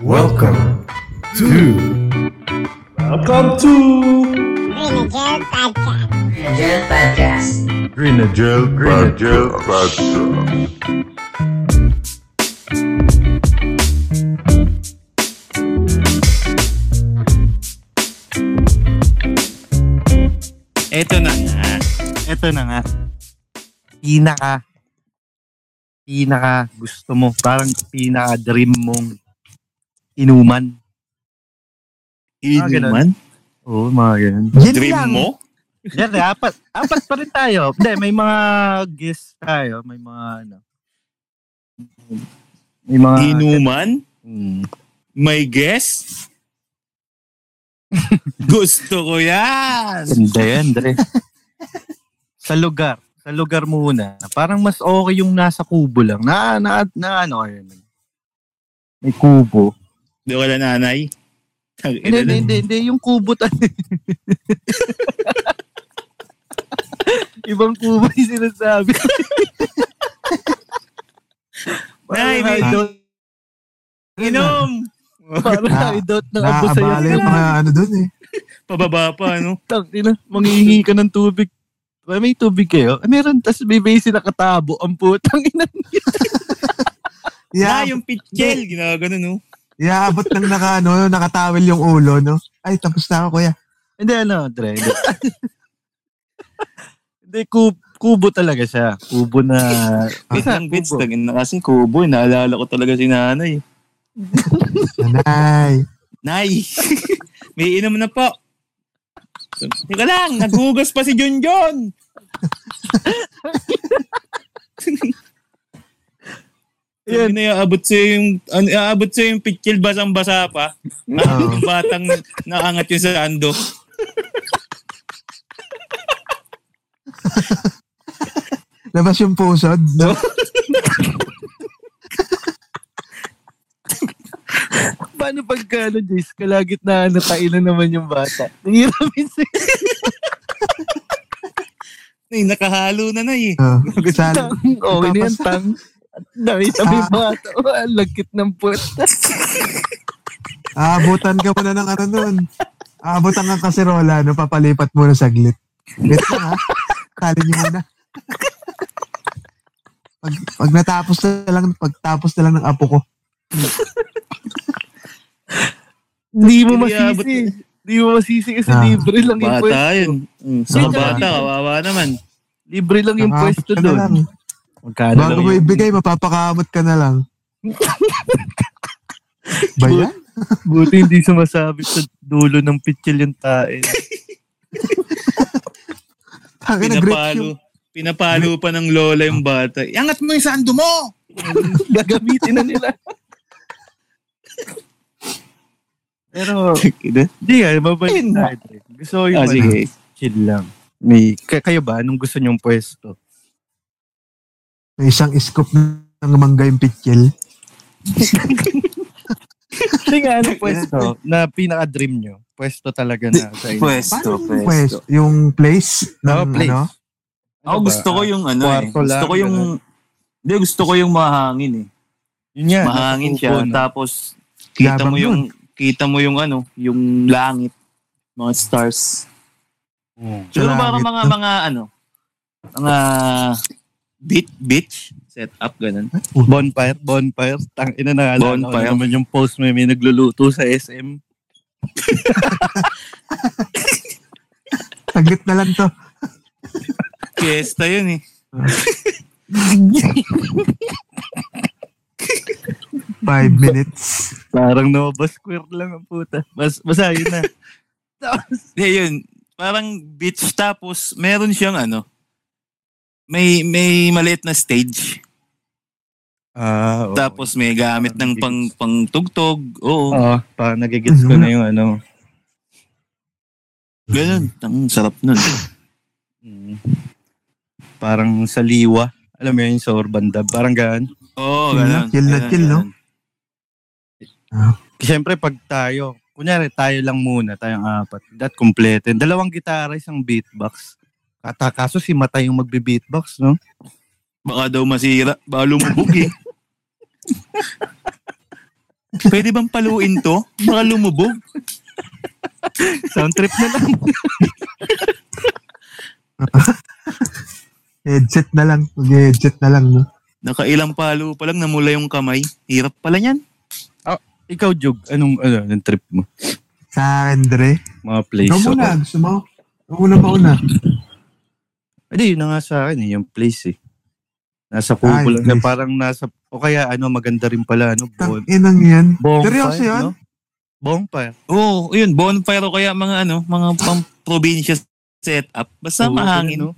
Welcome to Welcome to Renegade Podcast. Angel Podcast. Green Agile Eto na nga. Eto na nga. Pinaka, pinaka gusto mo. Parang pinaka dream mong inuman. Inuman. Oo, mga ganun. Yun Dream lang. mo? Yan, eh, apat, apat pa rin tayo. Hindi, may mga guests tayo. May mga ano. May mga... Inuman? Hmm. May guess? Gusto ko yan! Ganda yan, Dre. sa lugar. Sa lugar muna. Parang mas okay yung nasa kubo lang. Na, na, na ano kayo. May kubo. Hindi wala nanay. Ang Hindi, ina hindi, nun. hindi, hindi. Yung kubo tal- Ibang kubo yung sinasabi. Nay, may- hideout. Inom! Parang Na- hideout ng abo sa'yo. Nakakabala Ah, yung mga ano dun eh. Pababa pa, ano? Tang, ina, mangihingi ka ng tubig. Ay, May tubig kayo? Ah, Meron, tas may basin na katabo. Ang putang ina. Yeah. Yeah, yung pitchel. Ginagano, no? Iaabot ng naka, ano, nakatawil yung ulo, no? Ay, tapos na ako, kuya. Hindi, ano, Dre. hindi. Hindi, kubo, kubo talaga siya. Kubo na... Isang kubo. bits. Tagin na kasi kubo. eh. Naalala ko talaga si nanay. Nanay. Nay! may inom na po. Teka lang, naghugas pa si Junjun! Yan. Na aabot sa'yo yung, ano, aabot sa'yo yung pitchil basang-basa pa. Ah, Oo. yung batang naangat yung sa ando. Labas yung pusod, no? Paano pagka, ano, Jace, kalagitnaan na kailan naman yung bata? Nangiramin sa'yo. Ay, nakahalo na na eh. Oh, sal- Okay na yan, tang. Dami na may bata. Oh, ang lagkit ng puwet. aabutan ka muna ng ano nun. Aabutan ng kaserola, no? Papalipat muna saglit. Wait lang, ha? Tali niyo muna. Pag, pag natapos na lang, pagtapos na lang ng apo ko. Hindi mo Hindi abot. masisi. Hindi mo masisi kasi Ah, libre lang yung pwesto. Bata yun. Mm, Sa Yun bata, lang. kawawa naman. Libre lang yung Nakaabot pwesto ka na Ah, ano lang. doon. Magkano Bago mo ibigay, mapapakamot ka na lang. ba yan? Buti hindi sumasabi sa dulo ng pitchel yung tae. Tangin na grip yung... Pinapalo. Pinapalo pa ng lola yung bata. Angat mo yung sa ando mo! Gagamitin na nila. Pero, hindi nga, mabait Ayun na. Gusto ko yung ah, ano, sige. chill lang. May, ka- kayo ba? Anong gusto niyong pwesto? May isang scoop ng mangga yung pitkil. Hindi nga, anong pwesto na pinaka-dream niyo? Pwesto talaga na sa inyo. Paano yung pwesto? Yung place? Ng, Oh, place. Ano? Ano Ako ba? Oh, gusto ko yung ano eh. Kwarto Gusto lang, ko yung... Hindi, gusto ko yung mahangin eh. Yun yan. Mahangin nasa siya. ano? upo, no? Tapos, kita Yabang mo yung... Kita mo yung ano, yung langit. Mga stars. Oh, Siguro baka mga, langit, no? mga ano, mga beach, beach setup, ganun. Bonfire, bonfire. Tang ina na Bonfire. naman yung post may may nagluluto sa SM. Saglit na lang to. Fiesta yun eh. Five minutes. Parang Nova Square lang ang puta. Mas, basta yun na. Hindi, yun. Parang beach tapos meron siyang ano, may may maliit na stage. ah, oo. Tapos may gamit ng pang pangtugtog. Oo. Oo, parang nagigits ko na yung ano. Ganun. Ang sarap nun. Mm. Parang sa liwa. Alam mo yun, sa urban dub. Parang gaan. Oo, Chill na, ganun. chill na, Ganun, chill, no? ganun. Siyempre, pag tayo, kunyari tayo lang muna, tayong apat. That complete. Dalawang gitara, isang beatbox. Kata kaso si Matay yung magbe-beatbox, no? Baka daw masira. Baka lumubog eh. Pwede bang paluin to? Baka lumubog. Sound trip na lang. Headset na lang. Mag-headset na lang, no? Nakailang palo pa lang namula yung kamay. Hirap pala niyan. Ikaw, Jug, anong, ano, anong trip mo? Sa akin, Dre. Mga place. Ikaw muna, gusto mo? Ikaw muna ba una? Hindi, yun na nga sa akin, eh, yung place eh. Nasa kubo Ay, lang, Ah, na place. parang nasa, o kaya ano, maganda rin pala, ano, bon, Tang inang yan. bonfire, Seryoso yun? no? Bonfire. Oo, oh, yun. Bonfire o kaya mga ano, mga pang probinsya setup. Basta Oo, mahangin. ganun, no?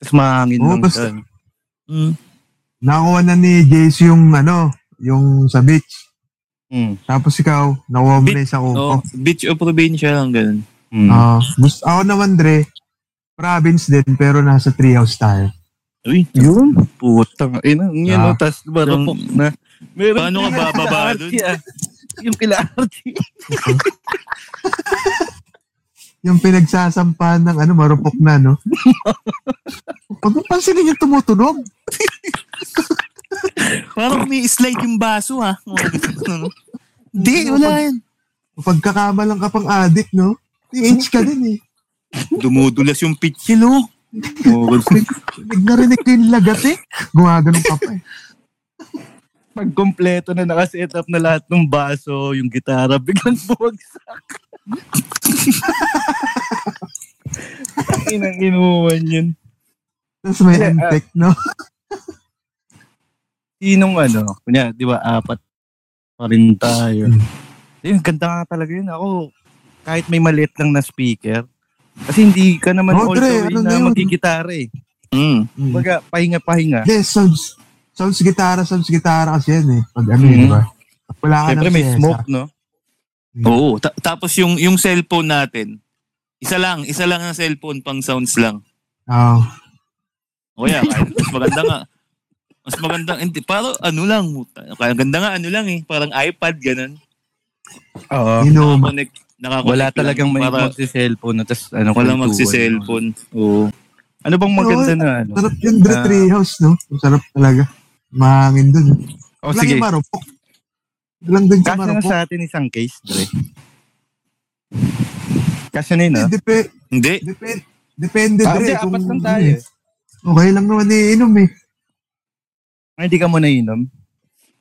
Tapos mahangin Oo, Oh, lang basta- siya. eh. Mm. Nakuha na ni Jace yung ano, yung sa beach. Mm. Tapos ikaw, nakuha mo Beach, na yung sa kuko. Oo, beach o probinsya lang ganun. Mm. Ah, gusto, ako naman, Dre. Province din, pero nasa treehouse tayo. Uy, yun? Putang, ina, yun, Ah. no, tas marupok na. Meron Paano ka kila bababa Arty, dun? ah. Yung kila Arty. Yung pinagsasampahan ng ano, marupok na, no? Pag napansin ninyo tumutunog, parang may slide yung baso ha. Mga ganun, ano. Hindi, wala yan. pagkakama lang ka pang addict, no? TH ka din eh. Dumudulas yung pitchil oh. Narinig na rinig ko yung lagat eh. Gumagano ka pa eh. Pag kompleto na nakaset up na lahat ng baso, Oh, yung gitara, biglang bumagsak. Inang inuwan yun. Tapos may antek, no? Sinong ano, kunya, di ba, apat pa rin tayo. Mm. Yun, ganda nga talaga yun. Ako, kahit may maliit lang na speaker, kasi hindi ka naman Oh, all the Dre, way ano na na yun? magigitara eh. Mm. Mm. Baga, pahinga-pahinga. Yes, sounds, sounds gitara, sounds gitara kasi yan eh. Pag ano, Mm-hmm. Mm. di ba? Pag Wala ka Siyempre ng may siyesa. smoke, no? Oo, ta- tapos yung yung cellphone natin. Isa lang, isa lang ang cellphone pang sounds lang. Oo. O kaya, kahit mas maganda nga. Mas maganda, hindi, parang ano lang. Kaya ganda nga ano lang eh. Parang iPad, ganun. Oo. you know, Nakakonect. nakakonect Wala lang talagang may para magsi-cellphone. no? Tas, ano, Walang kwentuhan. magsi-cellphone. Oo. Ano bang maganda na ano? sarap yung Dre Ah. Treehouse, no? Ang sarap talaga. Mahangin dun. eh. O lang Oh, sige, yung marupok. Lang din sa kasi na marupok. sa ano? atin isang case, Dre. Kasi na yun, Eh, ah. depe, Hindi. depe, depende, Ah, Dre. Hindi, kung apat lang ano tayo. eh. Okay lang naman iinom eh. Ay, Hindi ka muna inom.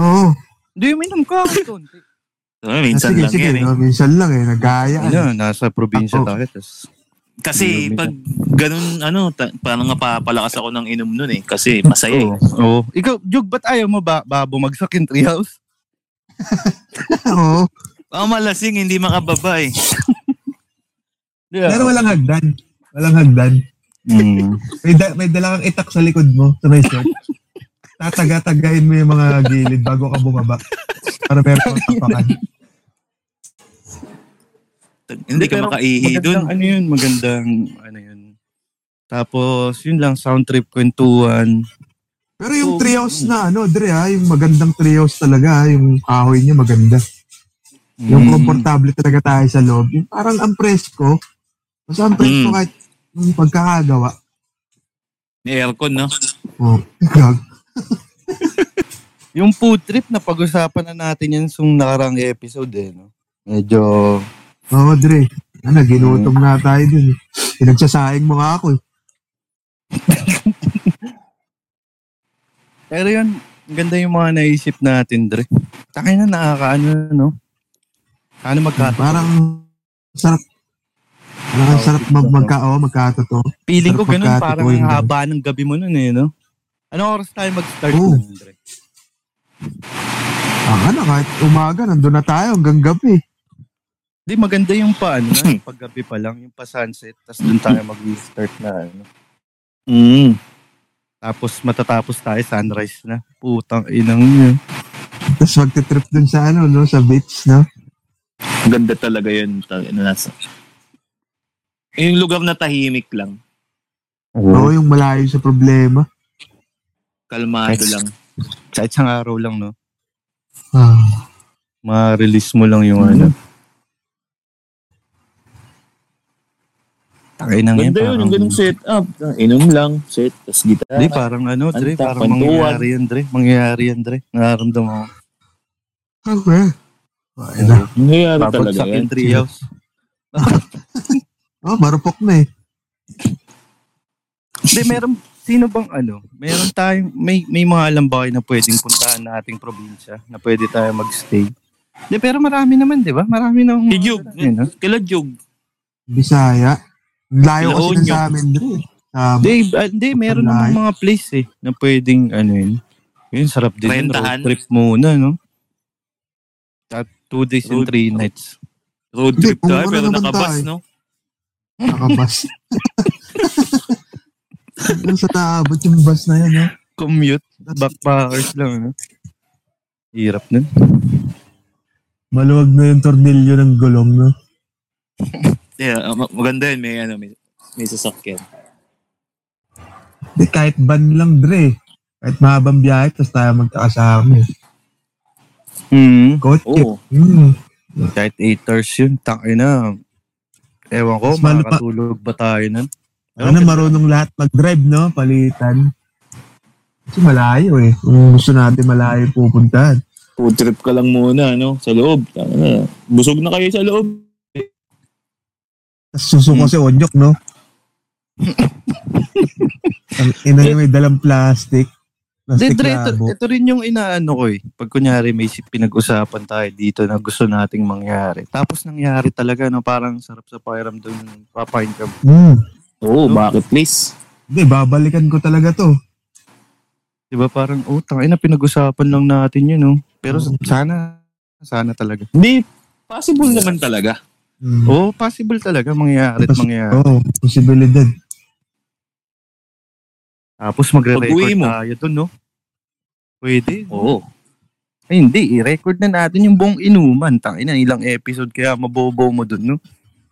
Oo. Hindi, uminom ka. konti. Ah, minsan sige, lang sige. yan eh. no? Minsan lang eh. Nagaya. eh. Ano, nasa probinsya Ako. tayo. Tas, Kasi Inumin. pag ganun, ano, ta- parang napapalakas ako ng inom nun eh. Kasi masaya eh. Oo. oo. Oh, Ikaw, Jug, ba't ayaw mo ba, ba bumagsak yung treehouse? Oo. Ah, malasing, hindi makababa eh. Di ba? Pero walang hagdan. Walang hagdan. Hmm. Mm. May, da- may dala kang itak sa likod mo, sa may shirt. Tataga-tagain mo yung mga gilid bago ka bumaba. Para meron kang tapakan. Hindi ka pero makaihi magandang dun. ano yun, magandang ano yun. Tapos, yun lang, sound trip, kwentuhan. Pero yung treehouse na ano, Dre ha, yung magandang treehouse talaga ha, yung kahoy niya maganda. Yung Mm. komportable talaga tayo sa loob. Yung parang ang presko, mas ang presko Mm. kahit yung pagkakagawa. May aircon, no? Oh, gag. Yung food trip, napag-usapan na natin yan sa nakarang episode eh, no? Medyo... Oo, Dre. Ano, ginutom na tayo dun. eh. Pinagsasaing mo nga ako. eh. Pero yun, ang ganda yung mga naisip natin, Dre. Takay na nakakaano, no? Ano magka... Parang sarap. Parang Oo, sarap mag magka, oh, magkatotoo. Feeling ko ganun, Pagkatotoo parang yun, ang Dre. haba ng gabi mo nun eh, no? Anong oras tayo mag-start Oo. nun, Dre? Ah, ano, kahit umaga, nandun na tayo hanggang gabi. Hindi, maganda yung paano, na, yung paggabi pa lang, yung pa-sunset, tapos dun tayo mag-start na, ano? Mm. Tapos matatapos tayo, sunrise na. Putang inang yun. Tapos magte-trip dun sa ano, no, sa beach, no? Ganda talaga yun. Ta- ano, nasa. Yung lugar na tahimik lang. Oo, yung malayo sa problema. Kalmado Yes. lang. Kahit isang araw lang, no? Ah, Ma-release mo lang yung ano. Takay na Ganda yun, yung ganung set up. Inom lang, set, tapos gitara. Dre, parang ano, Dre, Kanta, parang kwentuhan. mangyayari yan, Dre. Mangyayari yan, Dre. Nararamdaman Ano ko. Okay. Ayun na. Nangyayari talaga Babagsak yan. yung treehouse. Oh, marupok na eh. Hindi, meron, sino bang ano, meron tayong, may, may mga alam ba kayo na pwedeng puntahan na ating probinsya na pwede tayo magstay? Hindi, pero marami naman, di ba? Marami na. Si Jug. Yun, no? Kila Jug. Bisaya. Layo kasi Laonyo. na sa amin dre. Ah, Hindi, ah, hindi, meron Wala naman eh. mga place eh, na pwedeng, ano yun, yun, sarap din. yun, Rentahan. Road trip muna, no? At two days and Road- three nights. Road Hindi, trip tayo, pumunta pero naman nakabas, tayo. no? nakabas. Ano sa naabot yung bus na yun, no? Commute, backpackers lang, no? Hirap nun. Maluwag na yung tornilyo ng gulong, no? Yeah, ah, ma- maganda yun, may, ano, may, may sasakyan. Di, kahit ban lang, Dre. Kahit mahabang biyahe, tapos tayo magkakasama. eh. Hmm. Coach, Oo. mm. Kahit 8 hours yun, tangin na. Ewan ko, Mas malo pa- makakatulog ba tayo nun? Ano, marunong lahat mag-drive, no? Palitan. Kasi malayo eh. Kung gusto natin malayo pupuntahan. Food trip ka lang muna, ano, sa loob. Tama na. Busog na kayo sa loob. Tapos susuko si Onyok, no? Ang ina niya may dalang plastic. Plastic Dre, ito, labo. ito rin yung inaano ko eh. Pag kunyari may si- pinag-usapan tayo dito na gusto nating mangyari. Tapos nangyari talaga, no? parang sarap sa pairam doon, papain ka. Hmm. Oo, bakit please? Hindi, babalikan ko talaga to. Di ba parang, oh, tangin na, pinag-usapan lang natin yun, no? Pero sa- sana, sana talaga. Hindi, possible naman talaga. Hmm. Oo, oh, possible talaga, mangyayari at Tapos- oh. mangyayari. Oo, posibilidad. Tapos magre-record Pag-uwi mo. tayo doon, no? Pwede. Oo. Ay, hindi, i-record na natin yung buong inuman. Tangin na, ilang episode kaya mabobo mo doon, no?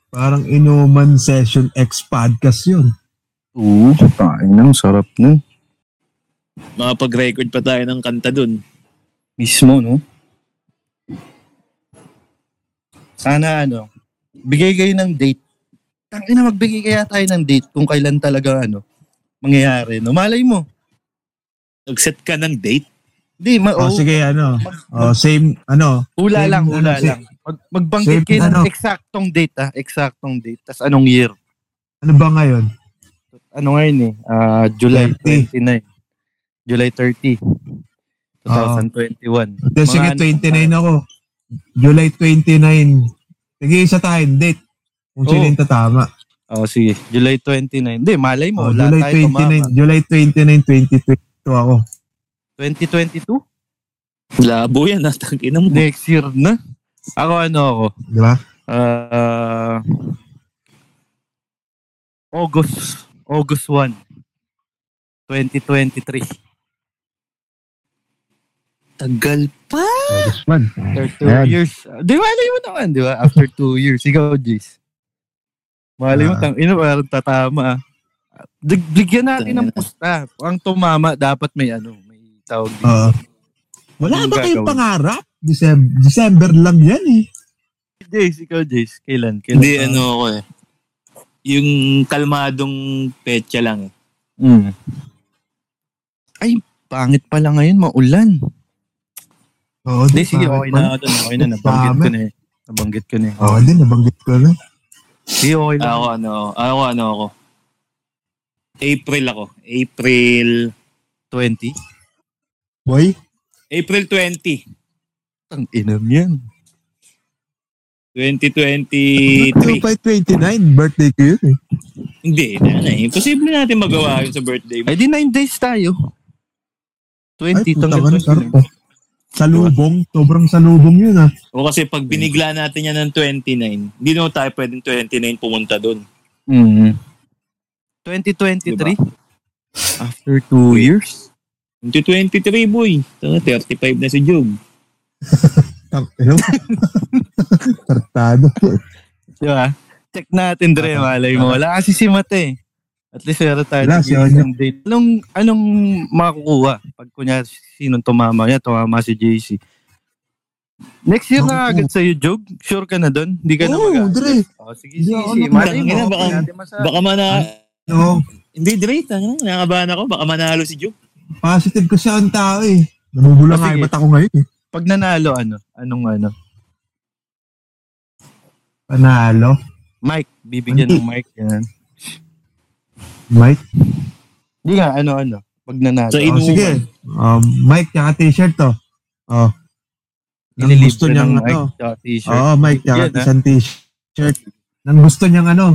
Parang inuman session X podcast yun. Oo, tangin na, sarap na. Makapag-record pa tayo ng kanta dun. Mismo, no? Sana ano, bigay kayo ng date. Tangin na magbigay kaya tayo ng date kung kailan talaga ano, mangyayari. No? Malay mo. Nag-set ka ng date? Di, ma- O oh, sige, ano. O, same, ano. hula same, lang, ano, hula same- lang. Mag, magbanggit same, kayo ng ano. eksaktong date, ah. Eksaktong date. Tapos anong year? Ano ba ngayon? Ano ngayon eh? Ah, July 30. 29. July 30. Ah. 2021. Hindi, sige, ano- 29 ako. July 29. Sige, isa tayong date. Kung sino Oo. yung tatama. Oh, sige. July 29. Hindi, malay mo. Oh, wala July tayo 29. 29, July 29, 2022 ako. 2022? Labo yan, ha? Tangina mo. Next year na? Ako ano ako? Di ba? Ah, August. August 1. 2023. Tagal pa. August 1. After two Ayan. years. Di ba, alam mo naman, di ba? After two years. Ikaw, Jace. Malay mo, Ah. tang ina, parang tatama. ah. Dig- Bigyan natin ng pusta. Ang tumama, dapat may ano, may tawag dito. Oo. Wala Yung ba kayong gagawin. pangarap? December, December lang yan eh. Jace, ikaw, Jace. Kailan? Kailan? Hindi, ano ako eh. Yung kalmadong petya lang eh. Mm. Ay, pangit pala ngayon, maulan. Oo, Hindi, sige, parang- okay na ako dun. Okay na, nabanggit ko na eh. Nabanggit ko na eh. Oo, din, Oh, nabanggit ko na. Sige, okay na. Ako ano, ako ano ako. April ako. April 20? Boy, April 20. Tang inam yan. Ano 2023. July 29, birthday ko yun eh. Hindi, na, na, eh. imposible natin magawa yun sa birthday mo. Ay, di 9 days tayo. 20 Ay, puta tanggal ka na, 20. sarap ah. Salubong, sobrang salubong yun ah. O kasi pag binigla natin yan ng 29, hindi naman tayo pwedeng 29 pumunta doon. Mm. 2023? Diba? After 2 years? 2023, boy. Tanga, 35 na si Job. Tang- Ano? Tartado. Di ba? Diba? Check natin, Dre. Malay mo. Wala kasi si Mate. eh. At least meron tayo Ah, Wala, ng si isang date. Anong, anong makukuha? Pag kunya sinong tumama niya, tumama si JC. Next year Oo. na agad sa'yo, Jog. Sure ka na doon? Hindi ka na Oo, mag- Dre. Oh, sige, Hindi sige, ako sige. nag- Malay mo, Tangina, baka- okay natin masa- Baka man na... Oo. Hindi, Dre. ah. tangina, Nakakabahan ako. Baka manalo si Joe. Positive ko siya ang tao eh. Namumula Ah, nga sige. yung mata ko ngayon eh. Pag nanalo, ano? Anong ano? Panalo. Mike. Bibigyan ng mic. Yan. Mike. Hindi nga, ano, ano? Pag nanalo. So, Oh, Inuman. sige. Um, Mike, tsaka t-shirt to. Oh. Nang Ililibre gusto niyang ng mic, ano. tsaka t-shirt. Oo, Mike, tsaka Yan, ah. ha? isang t-shirt. Nang gusto niyang ano,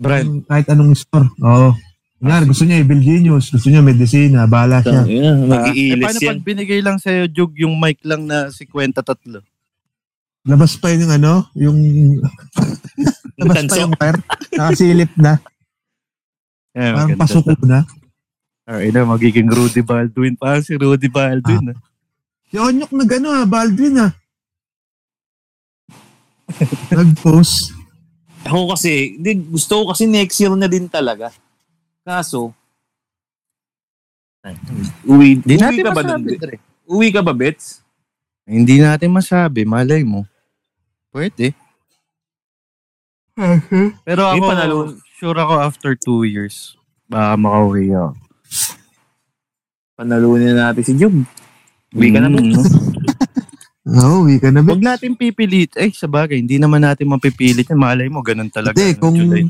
Brand. Ah, yung kahit anong store. Oo. Kunyari, gusto niya i-build genius, gusto niya medicina, bahala siya. Tangina, Eh, Mag-iilis paano yan. pag binigay lang sa'yo, Jog, yung mic lang na 53? Labas pa yun yung ano, yung... labas pa Tanso. yung wire. Nakasilip na. Eh, Parang maganda. pasuko na. Alright na, magiging Rudy Baldwin. Parang si Rudy Baldwin. ah. Yung onyok nag ano ah, Baldwin ah. Nag-post. Ako kasi, hindi, gusto ko kasi next year na din talaga. Kaso, uwi, Hindi uwi natin ka ba masabi, nun? eh. Be- Dre. Uwi ka ba, Bets? Hindi natin masabi. Malay mo. Pwede. Pero May ako, panalo. sure ako after two years. Baka makauwi ako. Panalunin natin si Jum. Uwi ka na, Bets. Mm, no? Oo, uwi ka na ba? Huwag natin pipilit. Eh, sa bagay, hindi naman natin mapipilit. yan. Malay mo, ganun talaga. Hindi, no? kung- July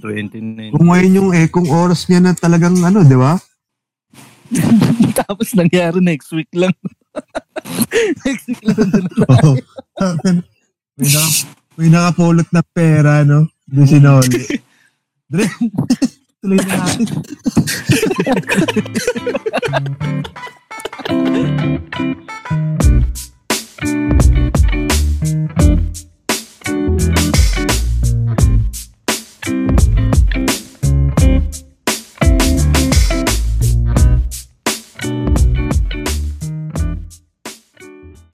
29. Kung ngayon yung eh, kung oras niya na talagang ano, di ba? Tapos nangyari next week lang. next week lang. Oo. may, naka, may nakapulot na pera, no? Di sinoli. Dre, tuloy na natin.